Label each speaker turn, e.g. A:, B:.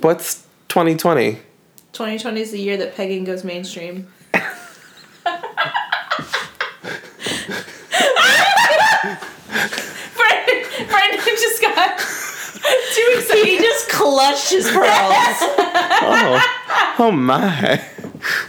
A: What's 2020?
B: 2020 is the year that pegging goes mainstream. Brandon, Brandon just got too excited.
C: He just clutched his pearls.
A: Oh, oh my.